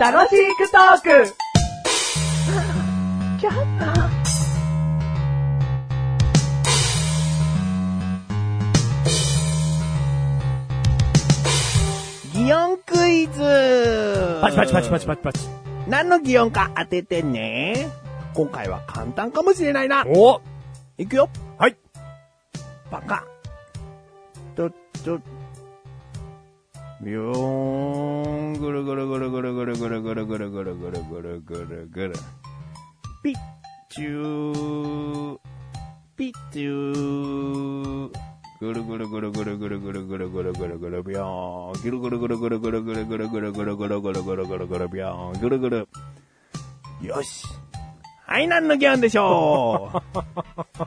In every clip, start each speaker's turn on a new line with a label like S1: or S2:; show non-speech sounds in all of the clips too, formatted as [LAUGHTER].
S1: 楽しくトーク
S2: 擬音クイズ
S3: パチパチパチパチパチパチ。
S2: 何の擬音か当ててね。今回は簡単かもしれないな。
S3: お
S2: いくよ。
S3: はい。
S2: バカ。と、と、ビューン、ぐるぐるぐるぐるぐるぐるぐるぐるぐるぐるぐるぐるぐる。ピッチュー、ピッチュー。ぐるぐるぐるぐるぐるぐるぐるぐるぐるぐるビョーン。ぐるぐるぐるぐるぐるぐるぐるぐるぐるぐるぐるぐるぐるぐるビョーン。ぐるぐる。よし。はい、何のギャンでしょう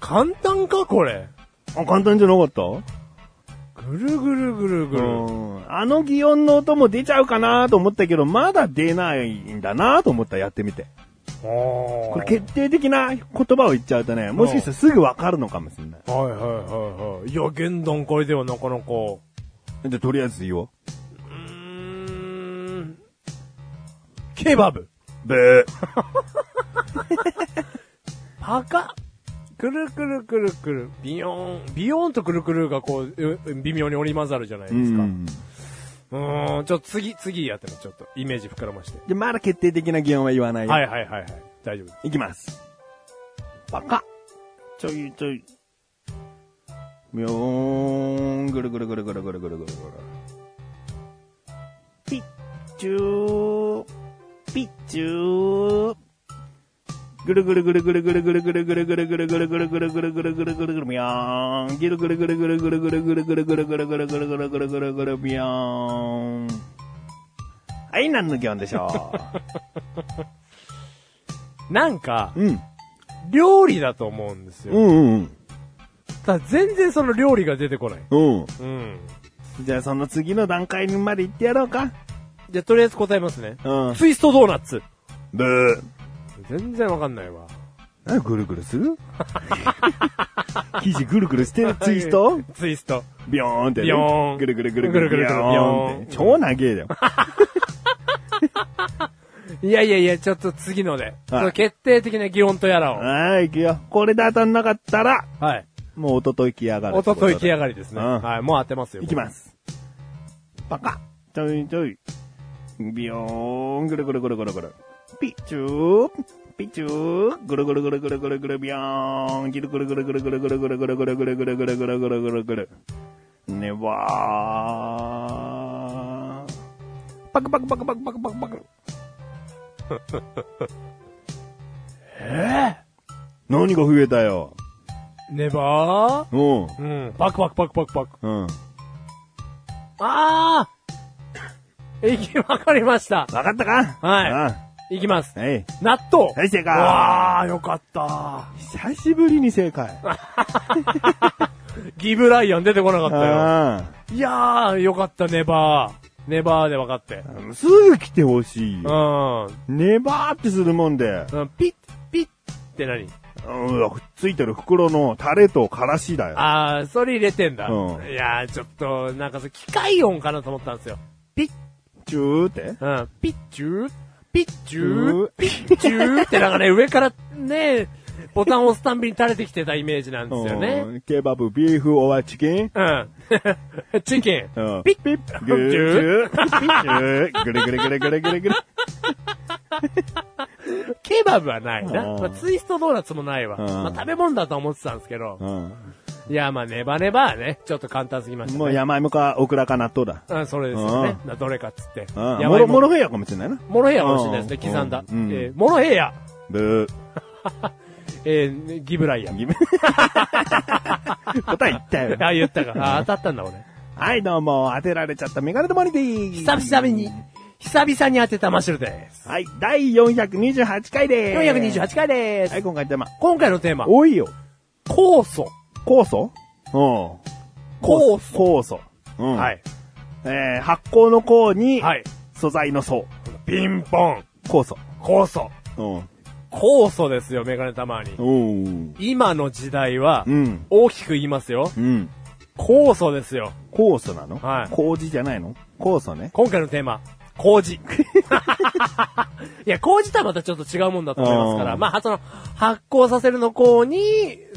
S3: 簡単かこれ。
S2: あ、簡単じゃなかった
S3: ぐるぐるぐるぐる。
S2: うんあの擬音の音も出ちゃうかなと思ったけど、まだ出ないんだなと思ったらやってみて。
S3: あ
S2: これ決定的な言葉を言っちゃうとね、もしかしたらすぐわかるのかもしれない。
S3: はいはいはいはい。いや、現段階ではなかなか。
S2: じゃ、とりあえず言おう。
S3: うーん。ケバブ。
S2: ブー。
S3: パカ。くるくるくるくる。ビヨーン。ビヨーンとくるくるがこうう、微妙に織り混ざるじゃないですか。うん。ん、ちょっと次、次やってもちょっと、イメージ膨らまして。
S2: で、まだ決定的な擬音は言わないよ。。
S3: はいいはいはいはい。大丈夫です。
S2: いきます。バカ。ちょいちょい。みょーん、ぐるぐるぐるぐるぐるぐるぐるぐる。ピッチュー、ピッチュー。ぐるぐるぐるぐるぐるぐるぐるぐるぐるぐるぐるぐるぐるぐるぐるぐるぐるぐるみょーん。ぐるぐるぐるぐるぐるぐるぐるぐるぐるぐるぐるぐるぐるぐるぐるぐるみょーん。はい、何の擬音でしょ
S3: なんか、
S2: う。うん。
S3: 料理だと思うんですよ。
S2: うんうん
S3: ただ全然その料理が出てこない。
S2: うん。うん。
S3: うん。
S2: じゃあその次の段階まで行ってやろうか。
S3: じゃあ、とりあえず答えますね。
S2: うん。
S3: ツイストドーナツ。
S2: ブー。
S3: 全然わかんないわ。
S2: 何ぐるぐるする生地ぐるぐるしてるツイスト
S3: ツイスト。
S2: ビヨーンってね。
S3: ビヨーン
S2: ぐるぐるぐるぐる
S3: ぐるぐるぐ
S2: ビ
S3: る
S2: ヨーンって。
S3: ビヨー
S2: 超
S3: ン
S2: 長えだ [LAUGHS] よ。
S3: いやいやいや、ちょっと次ので。その決定的な擬音とやらを。
S2: はーい、行くよ。これで当たんなかったら、
S3: はい。
S2: もう一昨日来やがる。
S3: おととい来や
S2: る。
S3: がりですね。
S2: うん
S3: はい、もう当てますよ。。
S2: いきますす。バカ。ちょいちょい。ビヨーン、ぐるぐるぐるぐるぐる。ピチュー、ピチュー、ぐるぐるぐるぐるぐるぐるビヨーン、ぎるぐるぐるぐるぐるぐるぐるぐるぐるぐるぐるぐるぐるぐるぐるぐる。ねばー。パクパクパクパクパクパクパク。えぇ、何が増えたよ。
S3: ネバ
S2: うん。
S3: ーうん。パクパクパクパクパク。
S2: うん。わ
S3: あー [LAUGHS] いき、わかりました。
S2: かったか。
S3: はいいきます。
S2: うん。はい。
S3: 納豆。
S2: はい、正解。
S3: わー、よかった。
S2: 久しぶりに正解。
S3: ギブライアン出てこなかったよ。
S2: あ
S3: いやー、よかった、ネバー。ネバーで分かっ
S2: あ。
S3: て。
S2: すぐ来てほしいよ。
S3: う
S2: ネバーってするもんで、
S3: ん。ピッ、ピッって何
S2: うん、くっついてる袋のタレとからしだよ。
S3: あー、それ入れてんだ。
S2: うん
S3: いやー、ちょっと、なんかそれ機械音かなと思ったんですよ。ピッ、
S2: チューって
S3: うん、ピッチュー、ピッチュー、ピッチューってなんかね、上からね、ボタンを押すたんびに垂れてきてたイメージなんですよね。
S2: うんケバブ、ビーフ、オアチキン。
S3: うん。 [LAUGHS] チキン。
S2: うん
S3: ピッ
S2: ピッ、グー、
S3: チ
S2: チ
S3: ュ
S2: ュー、ピッ、チュー、ぐるぐるぐるぐるぐるぐる。
S3: ケバブはないな。
S2: うん
S3: まあ、ツイストドーナツもないわ。
S2: うん
S3: まあ、食べ物だと思ってたんですけど。
S2: う
S3: いや、まあ、ネバネバはね、ちょっと簡単すぎました、
S2: ん。
S3: ね。
S2: もう山芋かオクラか納豆だ。
S3: うん、それですよね。などれかっつって。
S2: うん。
S3: や
S2: も
S3: ばい
S2: ろ、
S3: も
S2: も
S3: ろ、
S2: ろへやかもしれないな。
S3: もろへやかもしれないです
S2: うん
S3: ね、刻んだ。
S2: うん
S3: えーもろへや、
S2: ブ
S3: えー、ギブライアン。
S2: ー。
S3: [LAUGHS]
S2: 答え言ったよ。
S3: あ、言ったか。あ、当たったんだ、俺。
S2: はい、どうも。当てられちゃったメガネとマリでーす。
S3: 久々に、久々に当てたマシュルです。
S2: はい、第428回でーす。
S3: 428回です。
S2: はい、今回テーマ。
S3: 今回のテーマ、
S2: 多いよ。
S3: 酵素。
S2: 酵素うん。
S3: 酵素。
S2: 酵素。うん。。
S3: はいい。
S2: えー、発酵の酵に、
S3: はい。
S2: 素材の層。
S3: ピンポン。
S2: 酵素。
S3: 酵素。
S2: うん。
S3: 酵素ですよ、メガネたまに。
S2: うん。
S3: 今の時代は、
S2: うん。
S3: 大きく言いますよ。
S2: うん。
S3: 酵素ですよ。
S2: 酵素なの
S3: はい
S2: 麹じゃないの酵素ね。
S3: 今回のテーマ、麹。 [LAUGHS] いや、麹とはまたちょっと違うもんだと思いますか
S2: う
S3: ら、
S2: ん
S3: まあ、その、発酵させるのこうに、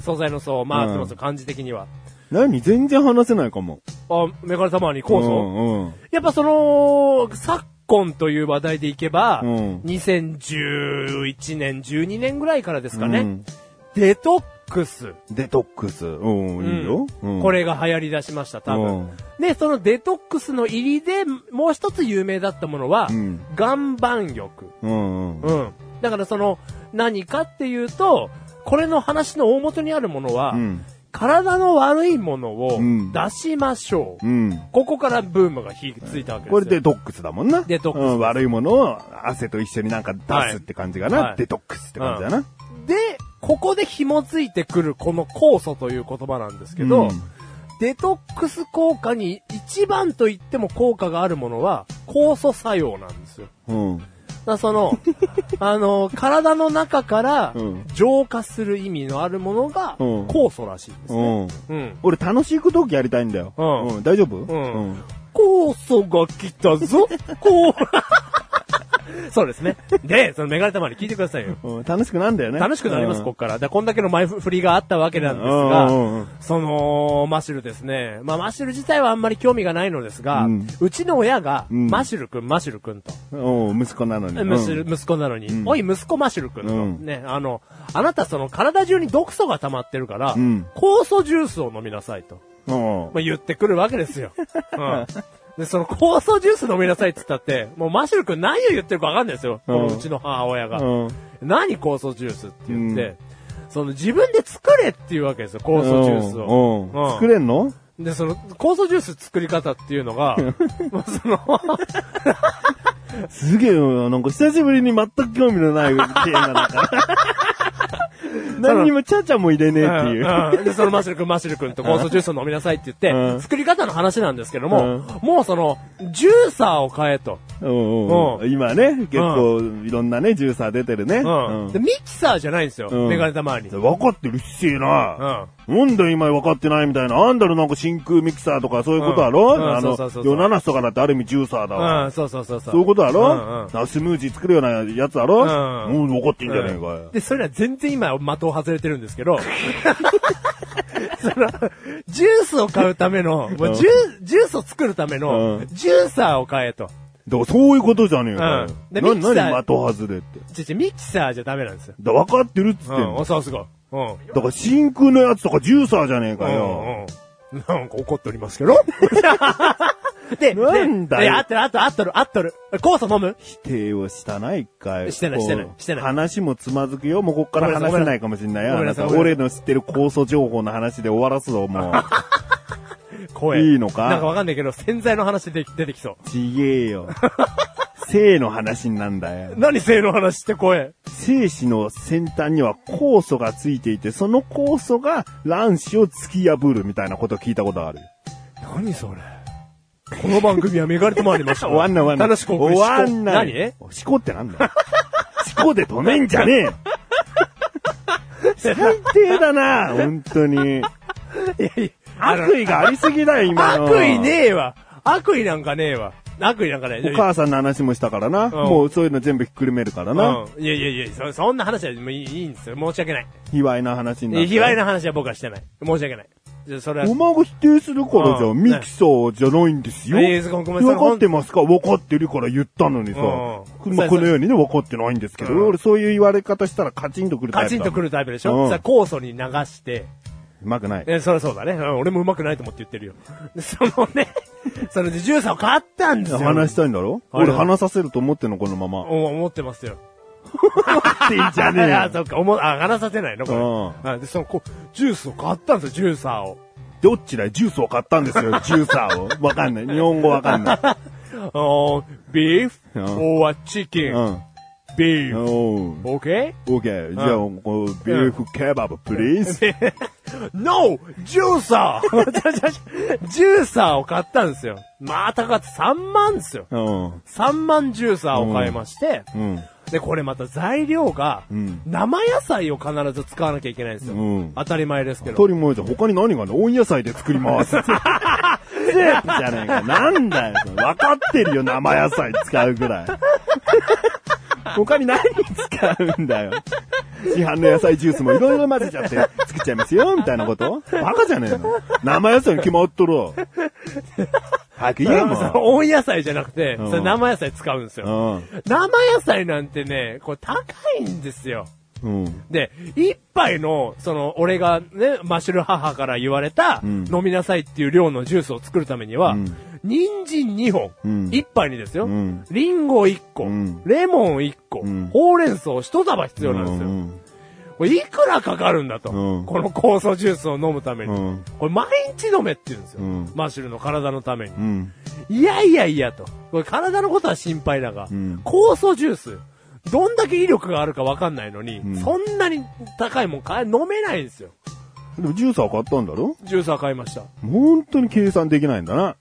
S3: 素材の層を回ってます
S2: う
S3: よ、感じ的には。
S2: 何全然話せないかも。
S3: あ、メガネ様に酵
S2: う
S3: 素
S2: んうん。
S3: やっぱその、昨今という話題でいけば、
S2: うん
S3: 2011年、12年ぐらいからですかね、
S2: うん
S3: デトックス。
S2: デトックス。うん、いいよ。うん
S3: これが流行り出しました、多分。
S2: うん
S3: で、そのデトックスの入りで、もう一つ有名だったものは、
S2: うん
S3: 岩盤浴。
S2: うんうん。
S3: うん。だからその、何かっていうと、これの話の大元にあるものは、
S2: うん
S3: 体の悪いものを
S2: うん
S3: 出しましょう。
S2: うん。
S3: ここからブームが火ついたわけですよ。
S2: これデトックスだもんな。
S3: デトックス
S2: うん悪いものを汗と一緒になんか出すって感じか
S3: は
S2: な。
S3: い
S2: デトックスって感じだな。
S3: で、ここで紐づいてくるこの酵素という言葉なんですけど、
S2: うん
S3: デトックス効果に一番と言っても効果があるものは酵素作用なんですよ。
S2: うん。
S3: だから
S2: [LAUGHS]
S3: その、あの、体の中から
S2: うん
S3: 浄化する意味のあるものが
S2: うん
S3: 酵素らしいんですね。
S2: うん。
S3: うん。
S2: 俺楽しいことをやりたいんだよ。
S3: うん
S2: うん。大丈夫
S3: ん酵素が来たぞ、こう。 [LAUGHS] そうですね。で、そのメガネたまに聞いてくださいよ。
S2: うんうん楽しくなんだよね。
S3: 楽しくなります、
S2: うん
S3: こっから。だこんだけの前振りがあったわけなんです
S2: う
S3: が、
S2: んうん
S3: その、マシュルですね。まあ、マシュル自体はあんまり興味がないのですが、
S2: う
S3: うんちの親が、
S2: うん
S3: マシュルくん、マシュルくんと、
S2: うんうん息子なのに。
S3: むし息子なのに、
S2: うん
S3: おい、息子マシュルくんと、
S2: うん
S3: ね、あの、あなたその体中に毒素が溜まってるから、
S2: うん
S3: 酵素ジュースを飲みなさいと。
S2: うん。うん
S3: まあ、言ってくるわけですよ。うん。で、その酵素ジュース飲みなさいって言ったって、もうマシュル君何を言ってるかわかんないですよ。
S2: うん
S3: このうちの母親が。
S2: うん
S3: 何酵素ジュースって言って、その自分で作れっていうわけですよ、酵素ジュース
S2: う
S3: を。
S2: んうん
S3: うん
S2: 作れんの
S3: で、その酵素ジュース作り方っていうのが、まあその、
S2: すげえよ、なんか久しぶりに全く興味のないテーマだ
S3: [LAUGHS]
S2: から。何にもちゃちゃも入れねえっていう。
S3: うんうんで、そのマシュル君、マシュル君と酵素ジュースを飲みなさいって言って、
S2: うん
S3: 作り方の話なんですけども、
S2: うん
S3: もうその、ジューサーを買えと。
S2: うんうん
S3: う
S2: うん今ね、結構いろんなね、ジューサー出てるね。
S3: うん
S2: うん
S3: でミキサーじゃないんですよ、
S2: うん
S3: メガネたまに。
S2: 分かってるっしーな。
S3: うん
S2: なんだよ今分かってないみたいな。あんだろなんか真空ミキサーとかそういうことだろ、
S3: うんうん
S2: あ
S3: そ
S2: の
S3: うそうそ、うそう
S2: ヨナナスとかだってある意味ジューサーだわ。
S3: うん、そうそうそうそう。
S2: そういうことだろ、
S3: うんうん
S2: なスムージー作るようなやつだろ、
S3: う
S2: うん、分かってんじゃねえかよ。
S3: で、それは全然今、的を外れてるんで
S2: [LAUGHS]
S3: すけど、その、ジュースを買うための、もうジュージュースを作るため
S2: う
S3: の
S2: ん、
S3: ジューサーを買えと。
S2: だからそういうことじゃねえかよ。
S3: うんで
S2: な
S3: ミキサー
S2: 何的外れって。
S3: ちょちょ、ミキサーじゃダメなんですよ。
S2: だ分かってるっつって
S3: うん
S2: の
S3: ん、お、そうすごい。うん。
S2: だから真空のやつとかジューサーじゃねえ
S3: う
S2: かよ。
S3: ん、うん。なんか怒っておりますけど。 [LAUGHS] で、で
S2: なんだよ
S3: いや、あっとる、あっとる、あっとる、あっとる。酵素飲む
S2: 否定をしたないかい。
S3: してない
S2: こう
S3: してないしてない
S2: 話もつまずくよ。もうこっから
S3: ごめんな
S2: 話
S3: さい
S2: せないかもしんないよ。
S3: ご
S2: あ
S3: めん
S2: な
S3: なさい
S2: た、俺の知ってる酵素情報の話で終わらすぞ、もう。
S3: 声。
S2: いいのか
S3: なんかわかんないけど、洗剤の話で出てきそう。
S2: ちげえ
S3: [LAUGHS]
S2: よ。性の話になんだよ。
S3: 何性の話って声。
S2: 精子の先端には酵素がついていて、その酵素が卵子を突き破るみたいなこと聞いたことある。
S3: 何それこの番組はメガネともありました
S2: [LAUGHS] 終わんない終わんない。
S3: 楽しくお送り
S2: 終
S3: し
S2: わん [LAUGHS] ない。
S3: 何
S2: 思考ってなんだよ。思考で止めんじゃねえよ
S3: [LAUGHS]
S2: 最低だな、本当に。
S3: いやいやあの
S2: 悪意がありすぎだよ、今の。
S3: 悪意ねえわ。悪意なんかねえわ。悪意なんかねえ。
S2: お母さんの話もしたからな。もうそういうの全部ひっくるめるからな。
S3: うん。いやいやいや、そそんな話はもういいいいんですよ。申し訳ない。
S2: 卑猥な話になって。
S3: 卑猥な話は僕はしてない。申し訳ない。じゃあそれは
S2: お。前が否定するからじゃ、
S3: うんん
S2: ミキサーじゃないんですよ。
S3: いやいやごめんなさい
S2: 分かってますか分かってるから言ったのにさ。
S3: うん
S2: まあこのようにね、分かってないんですけど、
S3: うん
S2: 俺そういう言われ方したらカチンとくるタイプ
S3: カ
S2: だ
S3: チンとく
S2: る。
S3: るタイプでし
S2: うん
S3: ょさ、酵素に流して。
S2: うまくない。
S3: え、そりゃそうだね。うん俺も上手くないと思って言ってるよ。でそのね、そのジューサーを買ったんですよ。
S2: 話したいんだろ
S3: はい
S2: 俺話させると思ってんの、このまま。
S3: [LAUGHS] お思ってますよ。
S2: っていいじゃねえ
S3: [LAUGHS] あ、
S2: よ。
S3: そっか、おも、あ、話させないのこ
S2: う
S3: れ。あ、で、その、こう、ジュースを買ったんですよ、ジューサーを。
S2: どっちだよジュースを買ったんです
S3: [LAUGHS]
S2: よ、ジューサーを。わかんない。日本語わかんない。
S3: おー、ビーフ
S2: うん、
S3: オーチキ
S2: う
S3: ン、
S2: ん。
S3: ビーフ、
S2: お
S3: オーケ
S2: オーケー。じゃあ、
S3: う
S2: こうビーフケバブ、プリーズ。
S3: ー [LAUGHS] ?No! ジューサー [LAUGHS] ジューサーを買ったんですよ。まあ、高かった3万ですよ。
S2: うん。
S3: 3万ジューサーを買いまして、
S2: うん。
S3: で、これまた材料が
S2: うん、
S3: 生野菜を必ず使わなきゃいけないんですよ。
S2: うん
S3: 当たり前ですけど
S2: 当。たり前じゃん。他に何があるの温野菜で作り [LAUGHS] ます。スープじゃねえか。なんだよ。それ分かってるよ、生野菜使うぐらい。他に何使うんだよ。市販の野菜ジュースもいろいろ混ぜちゃって作っちゃいますよ、みたいなことバカじゃねえの。生野菜に決まっとろ。早く言
S3: [LAUGHS]
S2: えも
S3: それ温野菜じゃなくて、
S2: うん
S3: それ生野菜使うんですよ。
S2: う
S3: [LAUGHS] 生野菜なんてね、これ高いんですよ。
S2: ん。うん。
S3: で、一杯の、その、俺がね、マシュル母から言われた、
S2: ん
S3: 飲みなさいっていう量のジュースを作るためには、
S2: ん
S3: 人参2本、
S2: うん
S3: 一杯にですよ、
S2: うん
S3: リンゴ1個、
S2: うん
S3: レモン1個、
S2: うん
S3: ほうれん草1束必要なんですよ。
S2: うん
S3: これいくらかかるんだと、
S2: うん
S3: この酵素ジュースを飲むために。
S2: うん
S3: これ毎日飲めって言うんですよ。
S2: うん
S3: マシュルの体のために。
S2: うん。
S3: いやいやいやと。これ体のことは心配だが、
S2: うん
S3: 酵素ジュース、どんだけ威力があるかわかんないのに、
S2: ん
S3: そんなに高いもん買え、飲めないんですよ。
S2: でもジュースは買ったんだろ
S3: ジュースは買いました。
S2: 本当に計算できないんだな。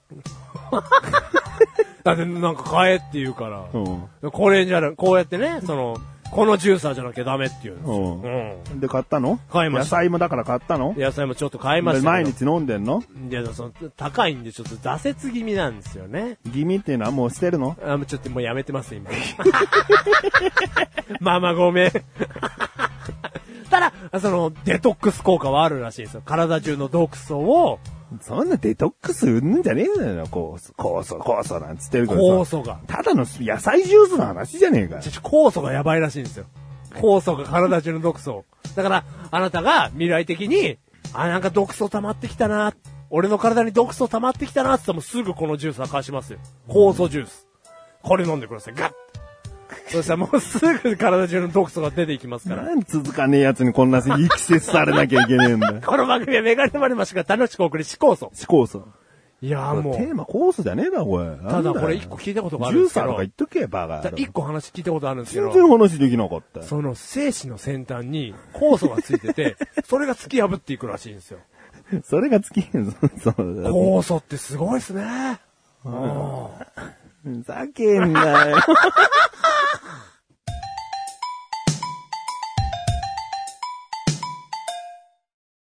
S3: だってなんか買えって言うから、
S2: うん。
S3: これじゃな、こうやってね、その、このジューサーじゃなきゃダメって言うんですよ。
S2: うん
S3: うん。
S2: で、買ったの
S3: 買いました
S2: 野菜もだから買ったの
S3: 野菜もちょっと買いましたけど。
S2: 毎日飲んでんの
S3: いや、その、高いんでちょっと挫折気味なんですよね。
S2: ギミっていうのはもう捨てるの
S3: あ、もうちょっともうやめてます、今。 [LAUGHS] ママごめん。ただ、その、デトックス効果はあるらしいですよ。体中の毒素を、
S2: そんなデトックスうんんじゃねえのよ、酵素、酵素、酵素なんつってるけ
S3: 酵
S2: どさ。
S3: 素が。
S2: ただの野菜ジュースの話じゃねえかよ
S3: ちょ。ちょ酵素がやばいらしいんですよ。酵素が体中の毒素を。だから、あなたが未来的に、あ、なんか毒素溜まってきたな。俺の体に毒素溜まってきたなって言ったらもうすぐこのジュースは貸しますよ。酵素ジュース。これ飲んでください。ガッそしたらもうすぐ体中の毒素が出ていきますから。。
S2: なんで続かねえやつにこんな力説されなきゃいけねえんだよ
S3: この番組はメガネマルマシが楽しくお送りし酵素。
S2: 死酵素。
S3: いや
S2: テ
S3: ーもう、
S2: ーマ酵素じゃねえだ、これ。
S3: ただこれ
S2: なん
S3: 一
S2: よ
S3: 個聞いたことがあ
S2: ジ
S3: るん
S2: ュー
S3: ですけ
S2: サーと
S3: ど
S2: か言、っとけ、バカ
S3: た
S2: 野
S3: だ
S2: 郎。
S3: 一個話聞いたことあるんですけ
S2: 全
S3: ど、
S2: 然話できなかったよ。
S3: その精子の先端 [LAUGHS] に酵素がついてて、それが突き破っていくらしいんですよ。
S2: それが尽きへんぞ。そうだ
S3: 酵素ってすごいですね。
S2: ふざけんなよ。